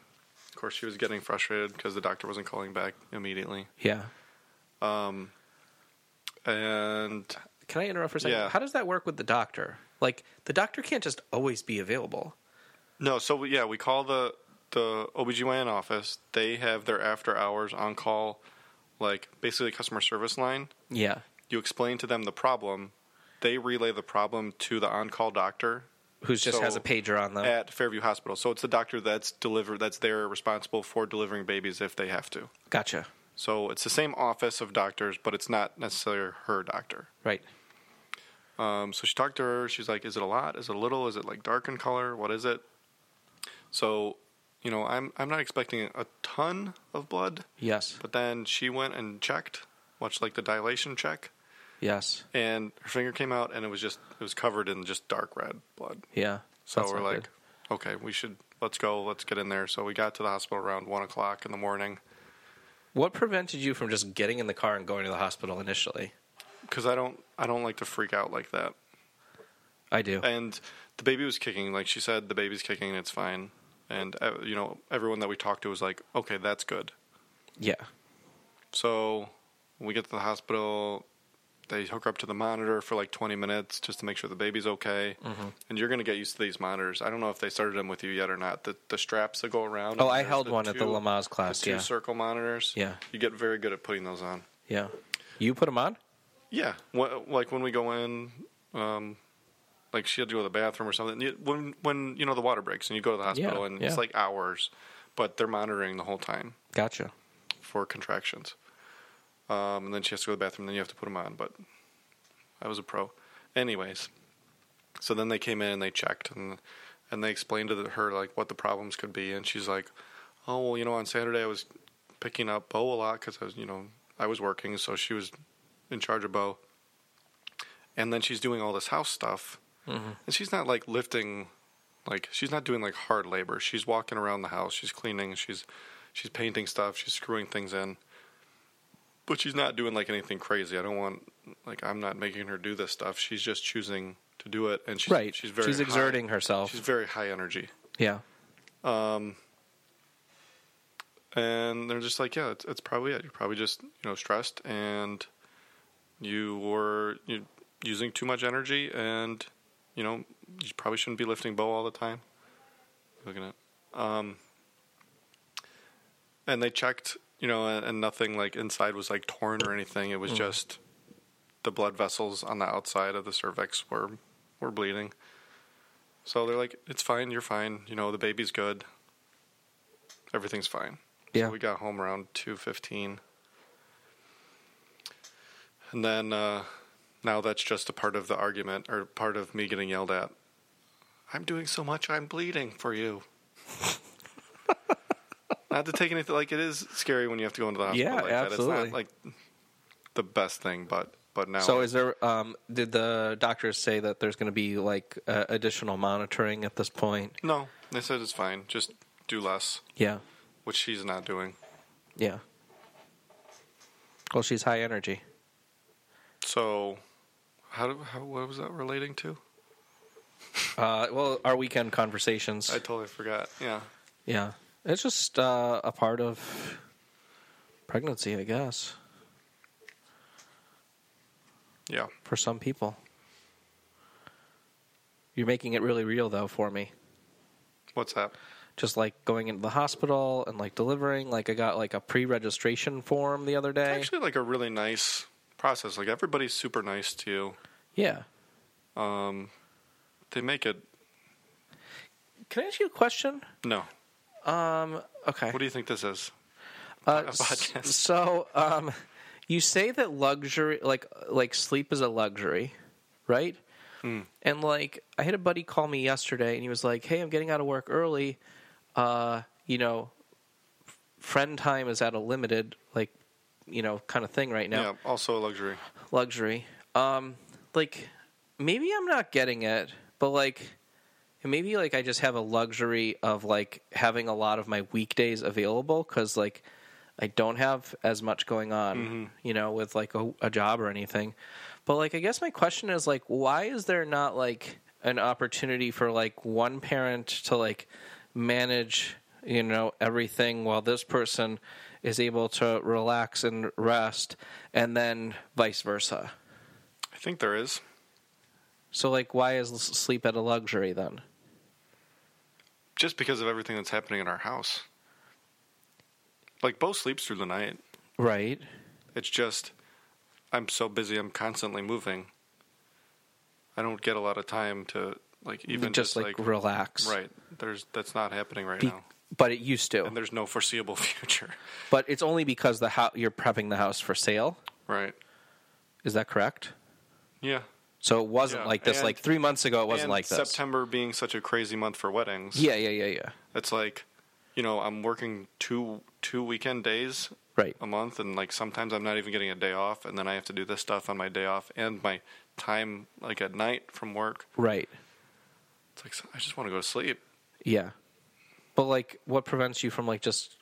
Speaker 1: Of course, she was getting frustrated because the doctor wasn't calling back immediately.
Speaker 2: Yeah.
Speaker 1: And
Speaker 2: Can I interrupt for a second?
Speaker 1: Yeah.
Speaker 2: How does that work with the doctor? Like the doctor can't just always be available.
Speaker 1: No, so we- yeah, we call the the OBGYN office. They have their after hours on call like basically customer service line.
Speaker 2: Yeah.
Speaker 1: You explain to them the problem. They relay the problem to the on-call doctor
Speaker 2: Who's just
Speaker 1: So- eh.
Speaker 2: has a pager on them.
Speaker 1: at Fairview Hospital. So it's the doctor that's deliver that's there responsible for delivering babies if they have to.
Speaker 2: gotcha.
Speaker 1: So it's the same office of doctors, but it's not necessarily her doctor.
Speaker 2: Right.
Speaker 1: Um, so she talked to her. She's like, "Is it a lot? Is it a little? Is it like dark in color? What is it?" So, you know, I'm I'm not expecting a ton of blood,
Speaker 2: Yes.
Speaker 1: but then she went and checked, much like the dilation check,
Speaker 2: Yes.
Speaker 1: and her finger came out, and it was just it was covered in just dark red blood.
Speaker 2: Yeah.
Speaker 1: So
Speaker 2: That's
Speaker 1: we're
Speaker 2: not
Speaker 1: like,
Speaker 2: good.
Speaker 1: "Okay, we should let's go, let's get in there." So we got to the hospital around one o'clock in the morning
Speaker 2: what prevented you from just getting in the car and going to the hospital initially?
Speaker 1: because I don't I don't like to freak out like that.
Speaker 2: I do.
Speaker 1: and the baby was kicking like she said the baby's kicking it's fine and uh, you know everyone that we talked to was like okay that's good
Speaker 2: yeah.
Speaker 1: so we get to the hospital they hook her up to the monitor for like 20 minutes just to make sure the baby's okay
Speaker 2: Mm-hmm.
Speaker 1: and you're going to get used to these monitors i don't know if they started them with you yet or not the, the straps that go around
Speaker 2: Oh, I
Speaker 1: there's
Speaker 2: held one at the
Speaker 1: two-
Speaker 2: Lamaze
Speaker 1: the
Speaker 2: class.
Speaker 1: two
Speaker 2: Yeah.
Speaker 1: circle monitors
Speaker 2: Yeah.
Speaker 1: you get very good at putting those on
Speaker 2: Yeah. You put them on?
Speaker 1: yeah, wh- like when we go in, um, like she had to go to the bathroom or something. You- When when you know the water breaks and you go to the hospital
Speaker 2: Yeah,
Speaker 1: and
Speaker 2: yeah.
Speaker 1: it's like hours, but they're monitoring the whole time
Speaker 2: Gotcha.
Speaker 1: for contractions. Um, and then she has to go to the bathroom. Then you have to put them on. But I was a pro, anyways. So then they came in and they checked and and they explained to the- her like what the problems could be, and she's like, "Oh well, you know, on Saturday I was picking up Bo a lot because I was you know I was working, so she was in charge of Bo." And then she's doing all this house stuff,
Speaker 2: Mm-hmm.
Speaker 1: and she's not like lifting, like she's not doing like hard labor. She's walking around the house, she's cleaning, she's she's painting stuff, she's screwing things in, but she's not doing like anything crazy. I don't want like I'm not making her do this stuff. She's just choosing to do it, and she's
Speaker 2: Right.
Speaker 1: She's very high-
Speaker 2: exerting herself.
Speaker 1: She's very high energy,
Speaker 2: yeah.
Speaker 1: Um, and they're just like, yeah, it's, it's probably it. You're probably just you know stressed, and you were you using too much energy, and you know you probably shouldn't be lifting bow all the time. Looking at, um, and they checked, you know, and, and nothing like inside was like torn or anything. It was just the blood vessels on the outside of the cervix were were bleeding. So they're like, it's fine, you're fine. You know, the baby's good. Everything's fine.
Speaker 2: Yeah.
Speaker 1: So we got home around two fifteen, and then uh, now that's just a part of the argument or part of me getting yelled at. I'm doing so much, I'm bleeding for you. Not to take anything like it is scary when you have to go into the hospital
Speaker 2: Yeah,
Speaker 1: like that. It's
Speaker 2: absolutely.
Speaker 1: not like the best thing, but But now,
Speaker 2: So is there? Um, did the doctors say that there's going to be like uh, additional monitoring at this point?
Speaker 1: no, they said it's fine. Just do less,
Speaker 2: Yeah,
Speaker 1: which she's not doing.
Speaker 2: yeah. Well, she's high energy.
Speaker 1: So, how, do, how what was that relating to?
Speaker 2: Uh, well, our weekend conversations.
Speaker 1: I totally forgot. Yeah,
Speaker 2: yeah, it's just uh, a part of pregnancy, I guess,
Speaker 1: yeah.
Speaker 2: for some people. You're making it really real though for me.
Speaker 1: What's that?
Speaker 2: Just like going into the hospital and like delivering. Like I got like a pre-registration form the other day.
Speaker 1: Actually, like a really nice process. Like everybody's super nice to you.
Speaker 2: yeah.
Speaker 1: Um, they make it
Speaker 2: Can I ask you a question?
Speaker 1: no.
Speaker 2: Um, okay.
Speaker 1: What do you think this is?
Speaker 2: Uh,
Speaker 1: a
Speaker 2: s-
Speaker 1: podcast?
Speaker 2: so, um, you say that luxury, like like sleep, is a luxury, right?
Speaker 1: Hmm.
Speaker 2: And like, I had a buddy call me yesterday, and he was like, "Hey, I'm getting out of work early. Uh, you know, f- friend time is at a limited, like, you know, kind of thing right now.
Speaker 1: Yeah, also a luxury.
Speaker 2: Luxury. Um, like, maybe I'm not getting it, but like." maybe like I just have a luxury of like having a lot of my weekdays available because like I don't have as much going on, you know, with like a, a job or anything. But like, I guess my question is like, why is there not like an opportunity for like one parent to like manage, you know, everything while this person is able to relax and rest, and then vice versa?
Speaker 1: I think there is.
Speaker 2: So like, why is s- sleep at a luxury then?
Speaker 1: just because of everything that's happening in our house. Like Bo sleeps through the night.
Speaker 2: Right.
Speaker 1: It's just I'm so busy. I'm constantly moving. I don't get a lot of time to like even
Speaker 2: just, like, relax.
Speaker 1: Right. There's that's not happening right
Speaker 2: Be-
Speaker 1: now,
Speaker 2: but it used to.
Speaker 1: and there's no foreseeable future.
Speaker 2: But it's only because the ho- you're prepping the house for sale.
Speaker 1: Right.
Speaker 2: Is that correct?
Speaker 1: Yeah.
Speaker 2: So it wasn't
Speaker 1: Yeah,
Speaker 2: like this.
Speaker 1: and-
Speaker 2: like three months ago, it wasn't
Speaker 1: And
Speaker 2: like this.
Speaker 1: September being such a crazy month for weddings.
Speaker 2: Yeah, yeah, yeah, yeah.
Speaker 1: It's like, you know, I'm working two two weekend days
Speaker 2: Right.
Speaker 1: a month and like sometimes I'm not even getting a day off and then I have to do this stuff on my day off and my time like at night from work.
Speaker 2: Right.
Speaker 1: It's like I just want to go to sleep.
Speaker 2: Yeah. But like, what prevents you from like just?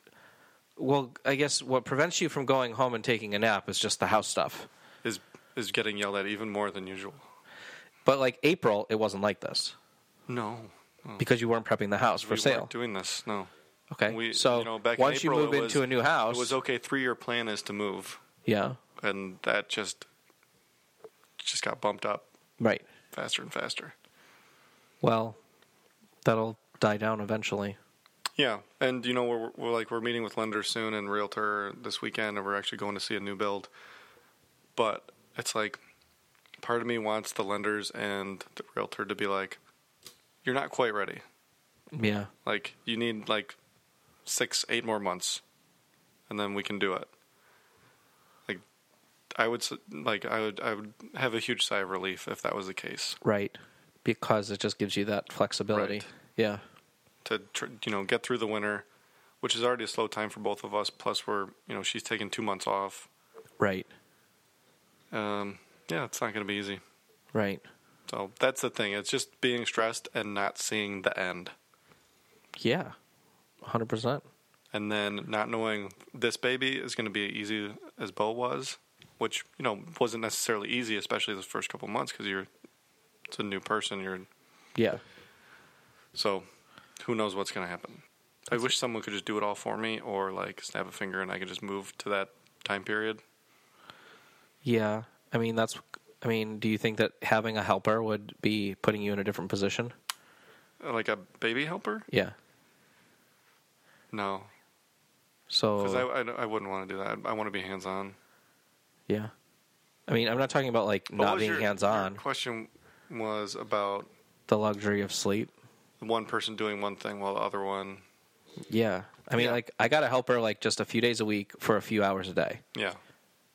Speaker 2: Well, I guess what prevents you from going home and taking a nap is just the house stuff.
Speaker 1: Is is getting yelled at even more than usual.
Speaker 2: But like April, it wasn't like this
Speaker 1: No.
Speaker 2: because you weren't prepping the house for
Speaker 1: Hmm. we
Speaker 2: sale.
Speaker 1: weren't doing this. No.
Speaker 2: okay.
Speaker 1: We
Speaker 2: so
Speaker 1: you know, back in
Speaker 2: once
Speaker 1: April,
Speaker 2: you move
Speaker 1: it
Speaker 2: into
Speaker 1: was-
Speaker 2: a new house,
Speaker 1: It was okay 3-year plan is to move
Speaker 2: yeah,
Speaker 1: and that just just got bumped up
Speaker 2: right.
Speaker 1: faster and faster.
Speaker 2: Well, that'll die down eventually.
Speaker 1: Yeah, and you know we're, we're like we're meeting with lender soon and realtor this weekend, and we're actually going to see a new build. But it's like, part of me wants the lenders and the realtor to be like, "You're not quite ready.
Speaker 2: Yeah.
Speaker 1: Like you need like six, eight more months, and then we can do it." Like, I would s- like I would I would have a huge sigh of relief if that was the case
Speaker 2: Right. Because it just gives you that flexibility.
Speaker 1: Right.
Speaker 2: Yeah.
Speaker 1: to tr- you know get through the winter, which is already a slow time for both of us. Plus, we're you know she's taking two months off.
Speaker 2: Right.
Speaker 1: Um, yeah, it's not going to be easy.
Speaker 2: Right.
Speaker 1: So that's the thing. It's just being stressed and not seeing the end,
Speaker 2: Yeah. 100%.
Speaker 1: and then not knowing this baby is going to be easy as Bo was, which you know wasn't necessarily easy, especially the first couple months because you're it's a new person. You're
Speaker 2: Yeah.
Speaker 1: so who knows what's going to happen. I wish someone could just do it all for me, or like snap a finger and I could just move to that time period.
Speaker 2: Yeah. I mean, that's I mean, do you think that having a helper would be putting you in a different position?
Speaker 1: Like a baby helper?
Speaker 2: Yeah.
Speaker 1: No, because I,
Speaker 2: So
Speaker 1: I I wouldn't want to do that. I, I want to be hands on.
Speaker 2: yeah. I mean, I'm not talking about like
Speaker 1: What
Speaker 2: not
Speaker 1: was
Speaker 2: being
Speaker 1: your-
Speaker 2: hands-on,
Speaker 1: Your question was about
Speaker 2: the luxury of sleep.
Speaker 1: one person doing one thing while the other one.
Speaker 2: Yeah. I mean,
Speaker 1: Yeah.
Speaker 2: like I got a helper like just a few days a week for a few hours a day.
Speaker 1: Yeah,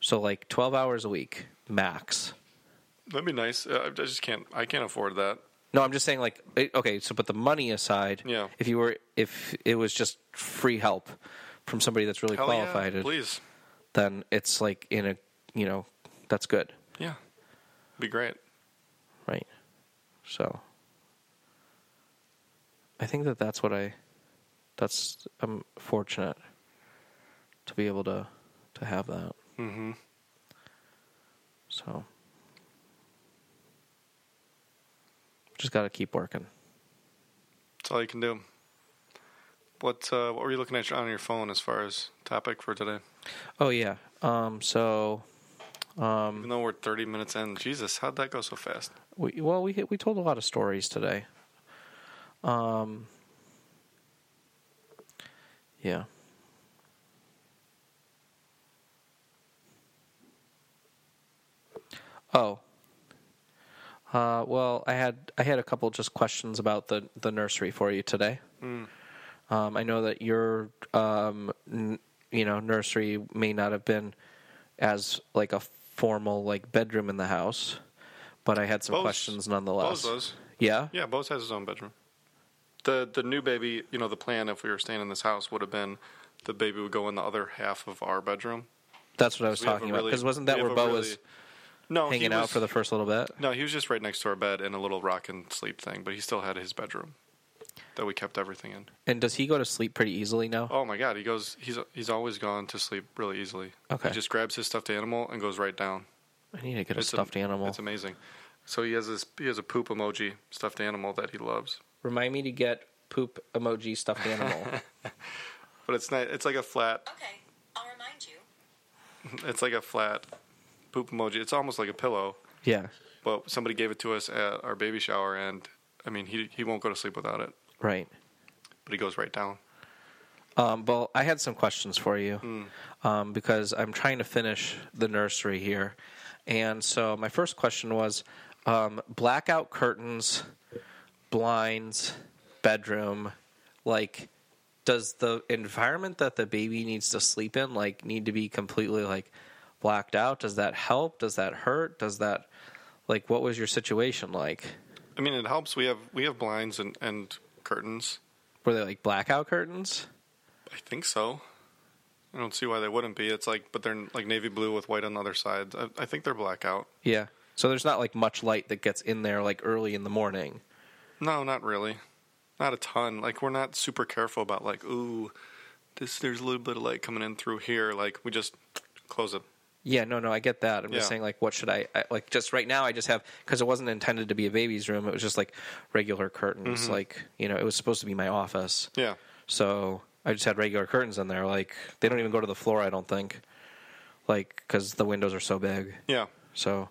Speaker 2: So like 12 hours a week max.
Speaker 1: that'd be nice. Uh, I just can't. I can't afford that.
Speaker 2: No, I'm just saying like it, okay, so but the money aside,
Speaker 1: Yeah.
Speaker 2: if you were if it was just free help from somebody that's really
Speaker 1: Hell
Speaker 2: qualified,
Speaker 1: yeah, please.
Speaker 2: then it's like in a you know, that's good.
Speaker 1: Yeah. Be great.
Speaker 2: right? So I think that that's what I that's I'm fortunate to be able to to have that.
Speaker 1: Mm-hmm.
Speaker 2: So just got to keep working.
Speaker 1: That's all you can do. What uh, what were you looking at your- on your phone as far as topic for today?
Speaker 2: Oh yeah. Um so Um,
Speaker 1: Even though we're 30 minutes in, Jesus, how'd that go so fast?
Speaker 2: we well we we told a lot of stories today. Um Yeah. Oh. Uh, well, I had I had a couple just questions about the, the nursery for you today.
Speaker 1: Mm.
Speaker 2: Um, I know that your um, n- you know nursery may not have been as like a formal like bedroom in the house, but I had some
Speaker 1: Both-
Speaker 2: questions nonetheless.
Speaker 1: Both those.
Speaker 2: Yeah.
Speaker 1: Yeah, both has his own bedroom. The the new baby, you know, the plan if we were staying in this house would have been the baby would go in the other half of our bedroom.
Speaker 2: that's what I was
Speaker 1: We have
Speaker 2: talking
Speaker 1: a
Speaker 2: about.
Speaker 1: really-
Speaker 2: Because wasn't that
Speaker 1: we
Speaker 2: where
Speaker 1: have
Speaker 2: Bo
Speaker 1: a
Speaker 2: was
Speaker 1: really- no, he
Speaker 2: hanging out
Speaker 1: was-
Speaker 2: for the first little bit?
Speaker 1: No, he was just right next to our bed in a little rock and sleep thing, but he still had his bedroom that we kept everything in.
Speaker 2: And does he go to sleep pretty easily now?
Speaker 1: Oh my god, he goes. He's he's always gone to sleep really easily.
Speaker 2: Okay.
Speaker 1: he just grabs his stuffed animal and goes right down.
Speaker 2: I need to get a
Speaker 1: It's a-
Speaker 2: stuffed animal.
Speaker 1: It's amazing. So he has this he has a poop emoji stuffed animal that he loves,
Speaker 2: Remind me to get poop emoji stuffed animal.
Speaker 1: but it's not. It's like a flat.
Speaker 3: Okay, I'll remind you.
Speaker 1: It's like a flat poop emoji. It's almost like a pillow,
Speaker 2: yeah.
Speaker 1: but somebody gave it to us at our baby shower, and I mean he he won't go to sleep without it,
Speaker 2: Right.
Speaker 1: but he goes right down.
Speaker 2: Um, well, I had some questions for you um, because I'm trying to finish the nursery here, and so my first question was um, blackout curtains, blinds, bedroom, like. Does the environment that the baby needs to sleep in like need to be completely like blacked out? Does that help? Does that hurt? Does that like what was your situation like?
Speaker 1: I mean it helps. We have we have blinds and and curtains.
Speaker 2: Were they like blackout curtains?
Speaker 1: I think so. I don't see why they wouldn't be. It's like, but they're like navy blue with white on the other side. I, I think they're blackout.
Speaker 2: Yeah. So there's not like much light that gets in there like early in the morning.
Speaker 1: No, not really. Not a ton. Like we're not super careful about like, ooh, this there's a little bit of light coming in through here. Like we just close it.
Speaker 2: Yeah, no, no, I get that. I'm just
Speaker 1: Yeah.
Speaker 2: saying, like, what should I, I like? Just right now, I just have because it wasn't intended to be a baby's room. It was just like regular curtains. Like, you know, it was supposed to be my office,
Speaker 1: Yeah.
Speaker 2: so I just had regular curtains in there. Like, they don't even go to the floor. I don't think, like, because the windows are so big.
Speaker 1: Yeah.
Speaker 2: So,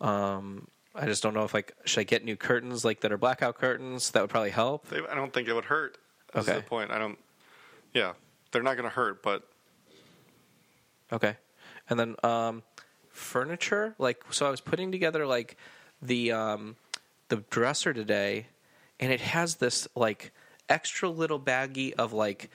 Speaker 2: um, I just don't know if like should I get new curtains like that are blackout curtains that would probably help.
Speaker 1: They, I don't think it would hurt. That's
Speaker 2: Okay.
Speaker 1: the point. I don't Yeah. They're not gonna hurt, but
Speaker 2: Okay. And then um furniture, like so I was putting together like the um the dresser today and it has this like extra little baggie of like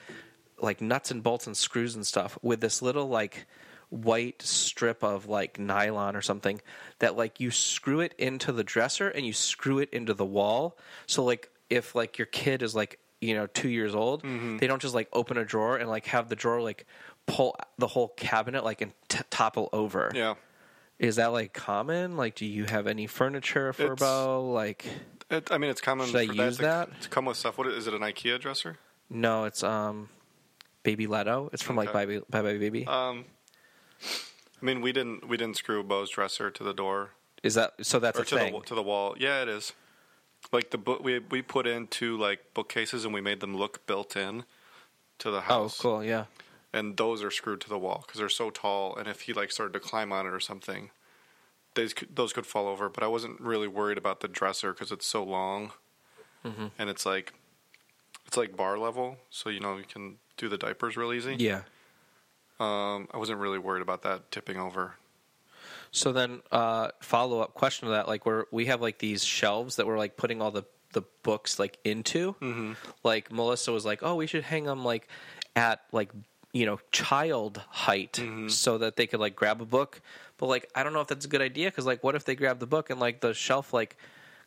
Speaker 2: like nuts and bolts and screws and stuff with this little like white strip of like nylon or something that like you screw it into the dresser and you screw it into the wall. So like if like your kid is like you know two years old they don't just like open a drawer and like have the drawer like pull the whole cabinet like and t- topple over
Speaker 1: yeah.
Speaker 2: is that like common like do you have any furniture for
Speaker 1: It's-
Speaker 2: bo like
Speaker 1: It, I mean it's common
Speaker 2: Should I
Speaker 1: for
Speaker 2: use
Speaker 1: to,
Speaker 2: that?
Speaker 1: to come with stuff. What is, is it an IKEA dresser?
Speaker 2: no it's um baby leto it's from like
Speaker 1: Okay.
Speaker 2: baby bye bye baby
Speaker 1: Um I mean we didn't we didn't screw Bo's dresser to the door
Speaker 2: is that so that's
Speaker 1: or
Speaker 2: a
Speaker 1: to the
Speaker 2: thing
Speaker 1: the to the wall. Yeah, it is. Like the book we we put into like bookcases and we made them look built in to the
Speaker 2: oh
Speaker 1: house.
Speaker 2: cool yeah
Speaker 1: and those are screwed to the wall because they're so tall. And if he like started to climb on it or something, those could, those could fall over. But I wasn't really worried about the dresser because it's so long,
Speaker 2: Mm-hmm.
Speaker 1: and it's like it's like bar level, so you know you can do the diapers real easy.
Speaker 2: yeah
Speaker 1: Um, I wasn't really worried about that tipping over.
Speaker 2: So then, uh, follow up question to that: like, we're we have like these shelves that we're like putting all the the books like into. Like Melissa was like, "Oh, we should hang them like at like you know child height so that they could like grab a book." But like, I don't know if that's a good idea because like, what if they grab the book and like the shelf like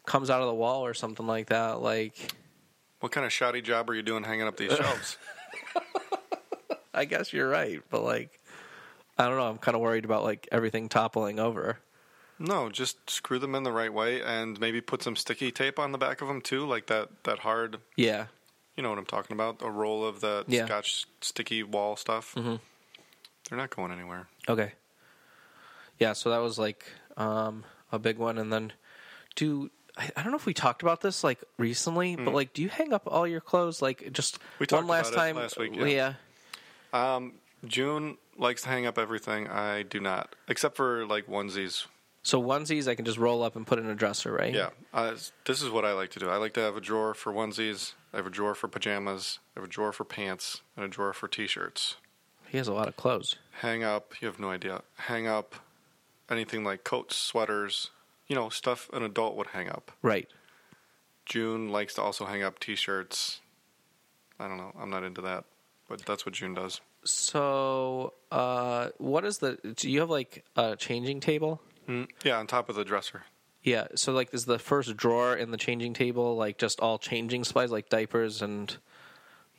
Speaker 2: comes out of the wall or something like that? Like,
Speaker 1: What kind of shoddy job are you doing hanging up these shelves?
Speaker 2: I guess you're right, but like, I don't know. I'm kind of worried about like everything toppling over.
Speaker 1: No, just screw them in the right way and maybe put some sticky tape on the back of them too, like that that hard,
Speaker 2: Yeah.
Speaker 1: you know what I'm talking about, a roll of that
Speaker 2: Yeah.
Speaker 1: scotch sticky wall stuff. Mm-hmm. They're not going anywhere.
Speaker 2: Okay. Yeah, so that was like um, a big one, and then do I, I don't know if we talked about this like recently, but like, do you hang up all your clothes like just
Speaker 1: Mm. We
Speaker 2: one
Speaker 1: talked
Speaker 2: last
Speaker 1: about it
Speaker 2: time?
Speaker 1: last week, yeah.
Speaker 2: yeah.
Speaker 1: June likes to hang up everything. I do not, except for like onesies.
Speaker 2: So onesies, I can just roll up and put in a dresser, right?
Speaker 1: Yeah, uh, this is what I like to do. I like to have a drawer for onesies. I have a drawer for pajamas. I have a drawer for pants and a drawer for t-shirts.
Speaker 2: He has a lot of clothes.
Speaker 1: Hang up. You have no idea. Hang up. Anything like coats, sweaters, you know, stuff an adult would hang up.
Speaker 2: Right.
Speaker 1: June likes to also hang up t-shirts. I don't know. I'm not into that, but that's what June does.
Speaker 2: So, uh, what is the? Do you have like a changing table?
Speaker 1: Mm, yeah, on top of the dresser.
Speaker 2: Yeah. So, like, is the first drawer in the changing table like just all changing supplies, like diapers and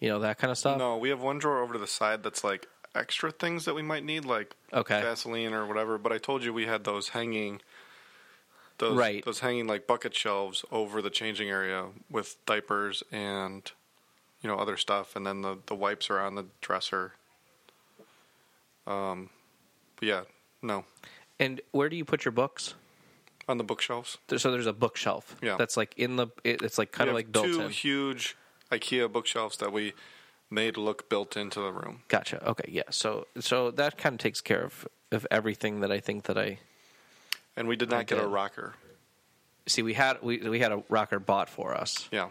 Speaker 2: you know that kind of stuff?
Speaker 1: No, we have one drawer over to the side that's like extra things that we might need, like
Speaker 2: Okay.
Speaker 1: Vaseline or whatever. But I told you we had those hanging, those
Speaker 2: Right.
Speaker 1: those hanging like bucket shelves over the changing area with diapers and you know other stuff, and then the the wipes are on the dresser. Um, but yeah, no,
Speaker 2: And where do you put your books?
Speaker 1: on the bookshelves.
Speaker 2: There- So there's a bookshelf.
Speaker 1: Yeah.
Speaker 2: That's like in the. It, it's like kind
Speaker 1: We
Speaker 2: of
Speaker 1: have
Speaker 2: like built
Speaker 1: two
Speaker 2: in.
Speaker 1: huge IKEA bookshelves that we made look built into the room.
Speaker 2: Gotcha. Okay. Yeah. So so that kind of takes care of of everything that I think that I
Speaker 1: And we did not get a
Speaker 2: did.
Speaker 1: rocker.
Speaker 2: see. We had we we had a rocker bought for us.
Speaker 1: Yeah.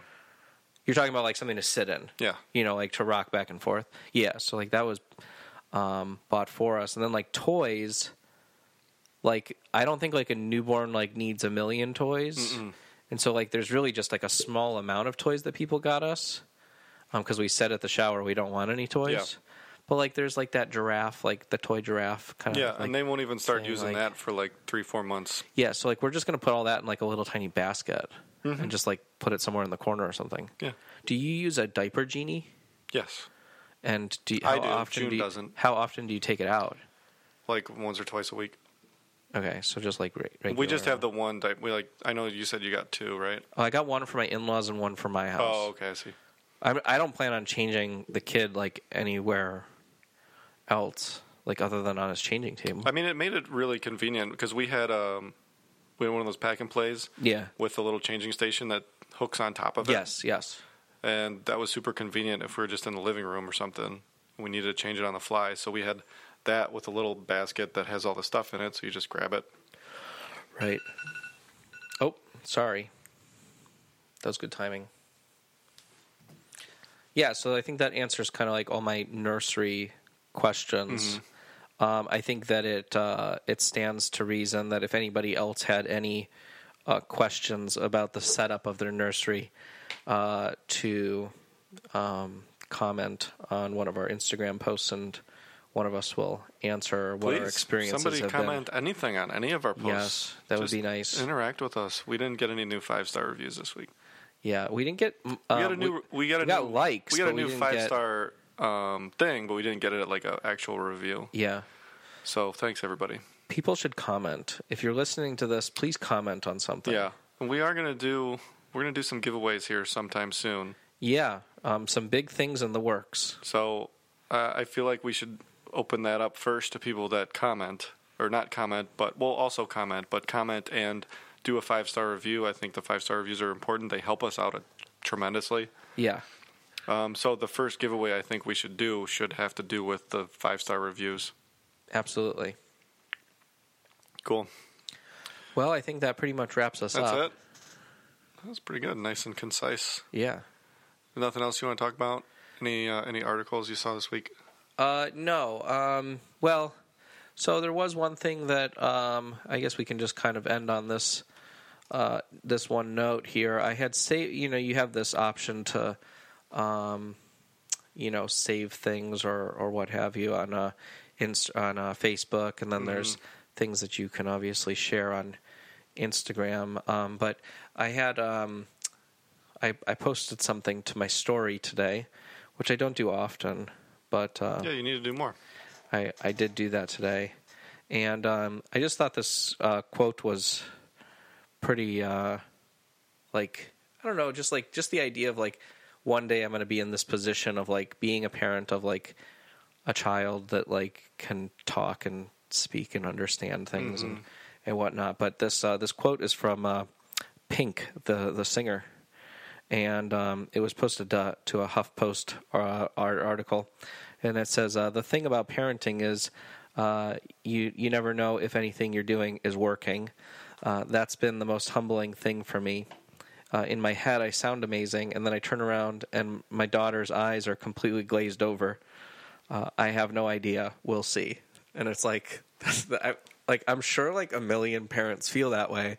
Speaker 2: You're talking about like something to sit in.
Speaker 1: Yeah.
Speaker 2: you know, like to rock back and forth. Yeah, so like that was um, bought for us, and then like toys. Like I don't think like a newborn like needs a million toys, and so like there's really just like a small amount of toys that people got us, because we said at the shower we don't want any toys.
Speaker 1: Yeah.
Speaker 2: But like there's like that giraffe, like the toy giraffe kind
Speaker 1: Yeah,
Speaker 2: of like,
Speaker 1: and they won't even start
Speaker 2: thing,
Speaker 1: using
Speaker 2: like-
Speaker 1: that for like three, four months.
Speaker 2: yeah. So like we're just gonna put all that in like a little tiny basket and just like put it somewhere in the corner or something.
Speaker 1: Mm-hmm. Yeah.
Speaker 2: Do you use a diaper genie?
Speaker 1: Yes.
Speaker 2: And do you, how
Speaker 1: I do.
Speaker 2: often
Speaker 1: June
Speaker 2: do you,
Speaker 1: doesn't.
Speaker 2: How often do you take it out?
Speaker 1: Like once or twice a week.
Speaker 2: Okay, so just like right.
Speaker 1: We just have the one type. We like. I know you said you got two, right?
Speaker 2: Oh, I got one for my in-laws and one for my house.
Speaker 1: Oh, okay. I see.
Speaker 2: I'm, I don't plan on changing the kid like anywhere else, like other than on his changing table.
Speaker 1: I mean, it made it really convenient because we had um, we had one of those pack and plays
Speaker 2: yeah.
Speaker 1: with a little changing station that hooks on top of it.
Speaker 2: Yes. Yes.
Speaker 1: and that was super convenient if we were just in the living room or something. We needed to change it on the fly, so we had that with a little basket that has all the stuff in it. So you just grab it.
Speaker 2: Right. Oh, sorry. That was good timing. Yeah, so I think that answers kind of like all my nursery questions.
Speaker 1: Mm-hmm.
Speaker 2: Um, I think that it uh, it stands to reason that if anybody else had any uh, questions about the setup of their nursery, uh, to um, comment on one of our Instagram posts, and one of us will answer what our
Speaker 1: Please,
Speaker 2: experiences
Speaker 1: somebody
Speaker 2: have been.
Speaker 1: comment anything on any of our posts.
Speaker 2: Yes, that would
Speaker 1: Just
Speaker 2: be nice.
Speaker 1: Interact with us. We didn't get any new five star reviews this week.
Speaker 2: Yeah, we didn't get. Um,
Speaker 1: We got a new. We, got a
Speaker 2: we got
Speaker 1: new,
Speaker 2: likes.
Speaker 1: We got a
Speaker 2: but we
Speaker 1: new
Speaker 2: didn't
Speaker 1: five
Speaker 2: get-
Speaker 1: star um, thing, but we didn't get it at like an actual review.
Speaker 2: Yeah,
Speaker 1: So thanks everybody.
Speaker 2: people should comment. If you're listening to this, please comment on something.
Speaker 1: Yeah, and we are gonna do. We're gonna do some giveaways here sometime soon.
Speaker 2: yeah. Um, some big things in the works.
Speaker 1: So uh, I feel like we should open that up first to people that comment or not comment, but we'll also comment, but comment and do a five star review. I think the five star reviews are important. They help us out a- tremendously.
Speaker 2: Yeah,
Speaker 1: Um, so the first giveaway I think we should do should have to do with the five star reviews.
Speaker 2: absolutely.
Speaker 1: Cool.
Speaker 2: Well, I think that pretty much wraps us
Speaker 1: That's it.
Speaker 2: up.
Speaker 1: That was pretty good. Nice and concise.
Speaker 2: Yeah.
Speaker 1: Nothing else you want to talk about? Any uh, any articles you saw this week?
Speaker 2: Uh, no. Um, well, so there was one thing that um, I guess we can just kind of end on this uh, this one note here. I had save. You know, you have this option to, um, you know, save things or or what have you on uh, inst- on uh, Facebook, and then there's things that you can obviously share on Instagram. Um, but I had. Um, I, I posted something to my story today, which I don't do often, but uh,
Speaker 1: Yeah, you need to do more.
Speaker 2: I, I did do that today. And um, I just thought this uh, quote was pretty, uh, like, I don't know, just like, just the idea of like, one day I'm going to be in this position of like being a parent of like a child that like can talk and speak and understand things and, and whatnot. But this, uh, this quote is from uh, Pink, the, the singer and um, it was posted uh, to a HuffPost uh, art article, and it says uh, the thing about parenting is uh, you you never know if anything you're doing is working. Uh, that's been the most humbling thing for me. Uh, in my head, I sound amazing, and then I turn around and my daughter's eyes are completely glazed over. Uh, I have no idea. We'll see. And it's like, that's the, I, like I'm sure like a million parents feel that way,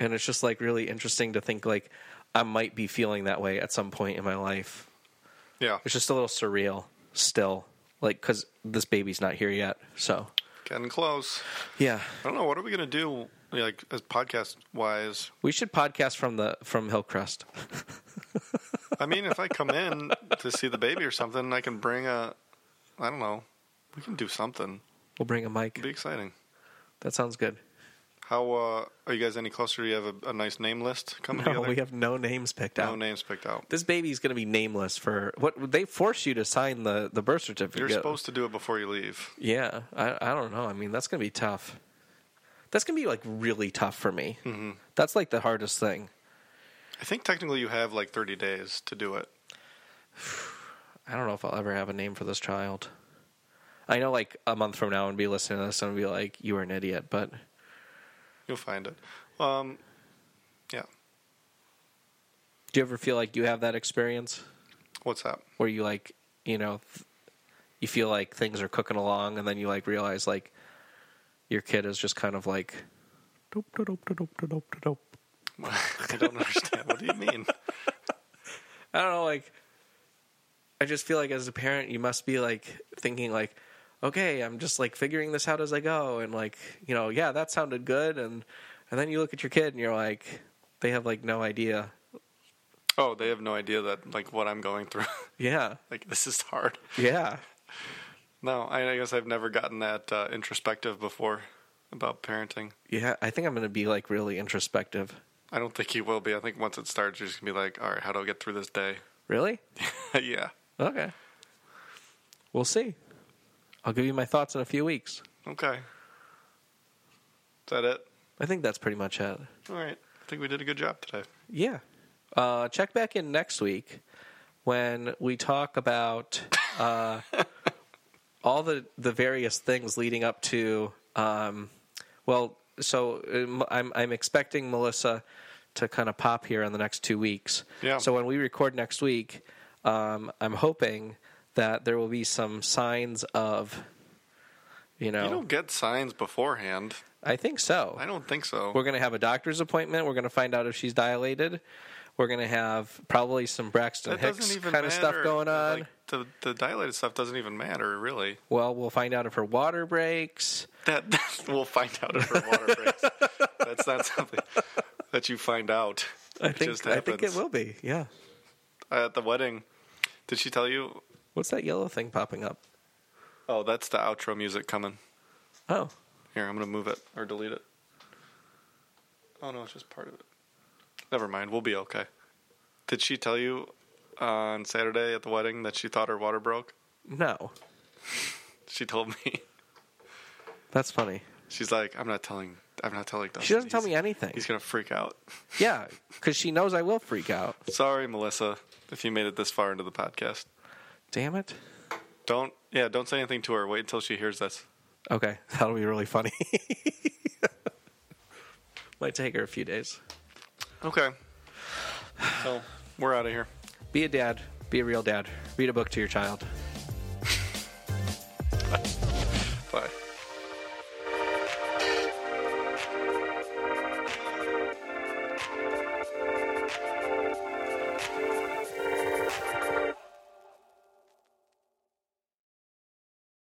Speaker 2: and it's just like really interesting to think like I might be feeling that way at some point in my life.
Speaker 1: Yeah.
Speaker 2: It's just a little surreal still, like because this baby's not here yet. So
Speaker 1: Getting close.
Speaker 2: yeah,
Speaker 1: I don't know. What are we gonna do? Like as podcast wise,
Speaker 2: we should podcast from the from Hillcrest.
Speaker 1: I mean, if I come in to see the baby or something, I can bring a. I don't know. We can do something.
Speaker 2: We'll bring a mic.
Speaker 1: It'd be exciting.
Speaker 2: That sounds good.
Speaker 1: How uh, are you guys any closer? Do you have a, a nice name list coming
Speaker 2: No,
Speaker 1: together?
Speaker 2: we have no names picked
Speaker 1: no
Speaker 2: out.
Speaker 1: names picked out.
Speaker 2: This baby's gonna be nameless for what they force you to sign the the birth
Speaker 1: You're
Speaker 2: certificate.
Speaker 1: supposed to do it before you leave.
Speaker 2: Yeah, I I don't know. I mean, that's gonna be tough. That's gonna be like really tough for me. Mm-hmm. That's like the hardest thing.
Speaker 1: I think technically you have like 30 days to do it.
Speaker 2: I don't know if I'll ever have a name for this child. I know, like a month from now, and be listening to this and be like, "You are an idiot," but
Speaker 1: You'll find it. Um, yeah.
Speaker 2: Do you ever feel like you have that experience
Speaker 1: What's that?
Speaker 2: where you like, you know, th- you feel like things are cooking along and then you like realize like your kid is just kind of like dope dope dope dope dope dope dope.
Speaker 1: I don't understand. What do you mean?
Speaker 2: I don't know like I just feel like as a parent you must be like thinking like okay, I'm just like figuring this out as I go and like, you know, yeah, that sounded good and and then you look at your kid and you're like they have like no idea.
Speaker 1: Oh, they have no idea that like what I'm going through.
Speaker 2: Yeah.
Speaker 1: like this is hard.
Speaker 2: Yeah.
Speaker 1: No, I, I guess I've never gotten that uh, introspective before about parenting.
Speaker 2: Yeah, I think I'm going to be like really introspective.
Speaker 1: I don't think you will be. I think once it starts, you're just gonna be like, all right, how do I get through this day?
Speaker 2: Really?
Speaker 1: yeah.
Speaker 2: Okay. We'll see. I'll give you my thoughts in a few weeks.
Speaker 1: Okay. Is that it?
Speaker 2: I think that's pretty much it.
Speaker 1: All right. I think we did a good job today.
Speaker 2: Yeah. Uh, check back in next week when we talk about uh, all the, the various things leading up to. Um, well, so um, I'm, I'm expecting Melissa to kind of pop here in the next two weeks.
Speaker 1: Yeah.
Speaker 2: So when we record next week, um, I'm hoping that there will be some signs of, you know,
Speaker 1: You don't get signs beforehand.
Speaker 2: I think so.
Speaker 1: I don't think so.
Speaker 2: We're going to have a doctor's appointment. We're going to find out if she's dilated. We're going to have probably some Braxton
Speaker 1: that
Speaker 2: Hicks
Speaker 1: doesn't even
Speaker 2: kind of stuff
Speaker 1: matter.
Speaker 2: going on.
Speaker 1: Like, the the dilated stuff doesn't even matter, really.
Speaker 2: well, we'll find out if her water breaks.
Speaker 1: That, that- we'll find out if her water breaks. That's not something that you find out.
Speaker 2: I
Speaker 1: It
Speaker 2: think
Speaker 1: just
Speaker 2: I think it
Speaker 1: happens.
Speaker 2: will be. Yeah.
Speaker 1: At the wedding, did she tell you?
Speaker 2: What's that yellow thing popping up?
Speaker 1: Oh, that's the outro music coming.
Speaker 2: Oh,
Speaker 1: Here, I'm gonna move it or delete it. Oh no, it's just part of it. Never mind, we'll be okay. Did she tell you on Saturday at the wedding that she thought her water broke?
Speaker 2: no.
Speaker 1: She told me.
Speaker 2: That's funny.
Speaker 1: She's like, I'm not telling. I'm not telling. Dustin.
Speaker 2: She doesn't tell
Speaker 1: He's-
Speaker 2: me anything.
Speaker 1: He's gonna freak out.
Speaker 2: Yeah, cuz she knows I will freak out.
Speaker 1: Sorry, Melissa, if you made it this far into the podcast.
Speaker 2: Damn it.
Speaker 1: Don't yeah, don't say anything to her. Wait until she hears this.
Speaker 2: Okay, that'll be really funny. Might take her a few days.
Speaker 1: Okay. So we're out of here.
Speaker 2: Be a dad. Be a real dad. Read a book to your child.